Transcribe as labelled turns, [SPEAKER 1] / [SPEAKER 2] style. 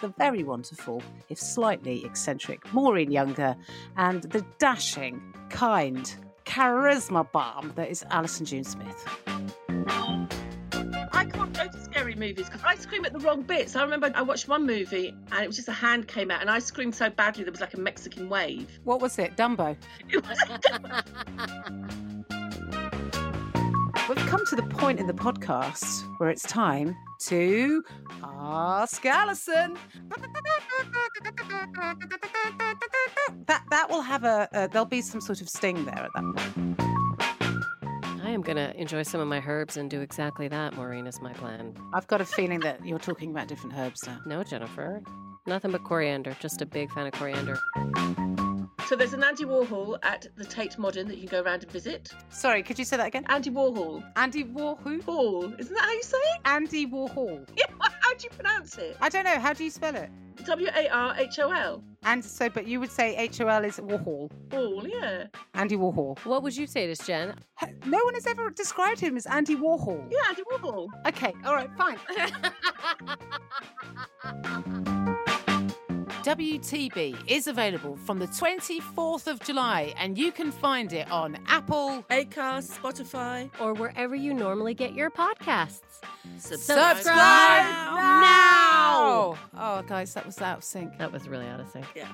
[SPEAKER 1] the very wonderful, if slightly eccentric, Maureen Younger, and the dashing, kind, charisma bomb that is Alison June Smith.
[SPEAKER 2] I can't go to scary movies because I scream at the wrong bits. I remember I watched one movie and it was just a hand came out and I screamed so badly there was like a Mexican wave.
[SPEAKER 1] What was it, Dumbo?
[SPEAKER 2] It was
[SPEAKER 1] We've come to the point in the podcast where it's time to ask Alison. That that will have a uh, there'll be some sort of sting there at that point.
[SPEAKER 3] I am going to enjoy some of my herbs and do exactly that, Maureen, is my plan.
[SPEAKER 1] I've got a feeling that you're talking about different herbs now.
[SPEAKER 3] No, Jennifer. Nothing but coriander. Just a big fan of coriander.
[SPEAKER 2] so there's an Andy Warhol at the Tate Modern that you can go around and visit.
[SPEAKER 1] Sorry, could you say that again?
[SPEAKER 2] Andy Warhol.
[SPEAKER 1] Andy Warhol.
[SPEAKER 2] Hall. Isn't that how you say it?
[SPEAKER 1] Andy Warhol.
[SPEAKER 2] Yeah, how do you pronounce it?
[SPEAKER 1] I don't know. How do you spell it?
[SPEAKER 2] W A R H O L.
[SPEAKER 1] And so, but you would say H O L is Warhol.
[SPEAKER 2] Hall, yeah.
[SPEAKER 1] Andy Warhol.
[SPEAKER 3] What would you say to this, Jen?
[SPEAKER 1] Ha- No one has ever described him as Andy Warhol.
[SPEAKER 2] Yeah, Andy Warhol.
[SPEAKER 1] Okay, all right, fine. WTB is available from the 24th of July, and you can find it on Apple.
[SPEAKER 4] Acast, Spotify.
[SPEAKER 3] Or wherever you normally get your podcasts.
[SPEAKER 1] Subscribe, now.
[SPEAKER 3] now.
[SPEAKER 1] Oh, guys, that was out of sync.
[SPEAKER 3] That was really out of sync.
[SPEAKER 4] Yeah.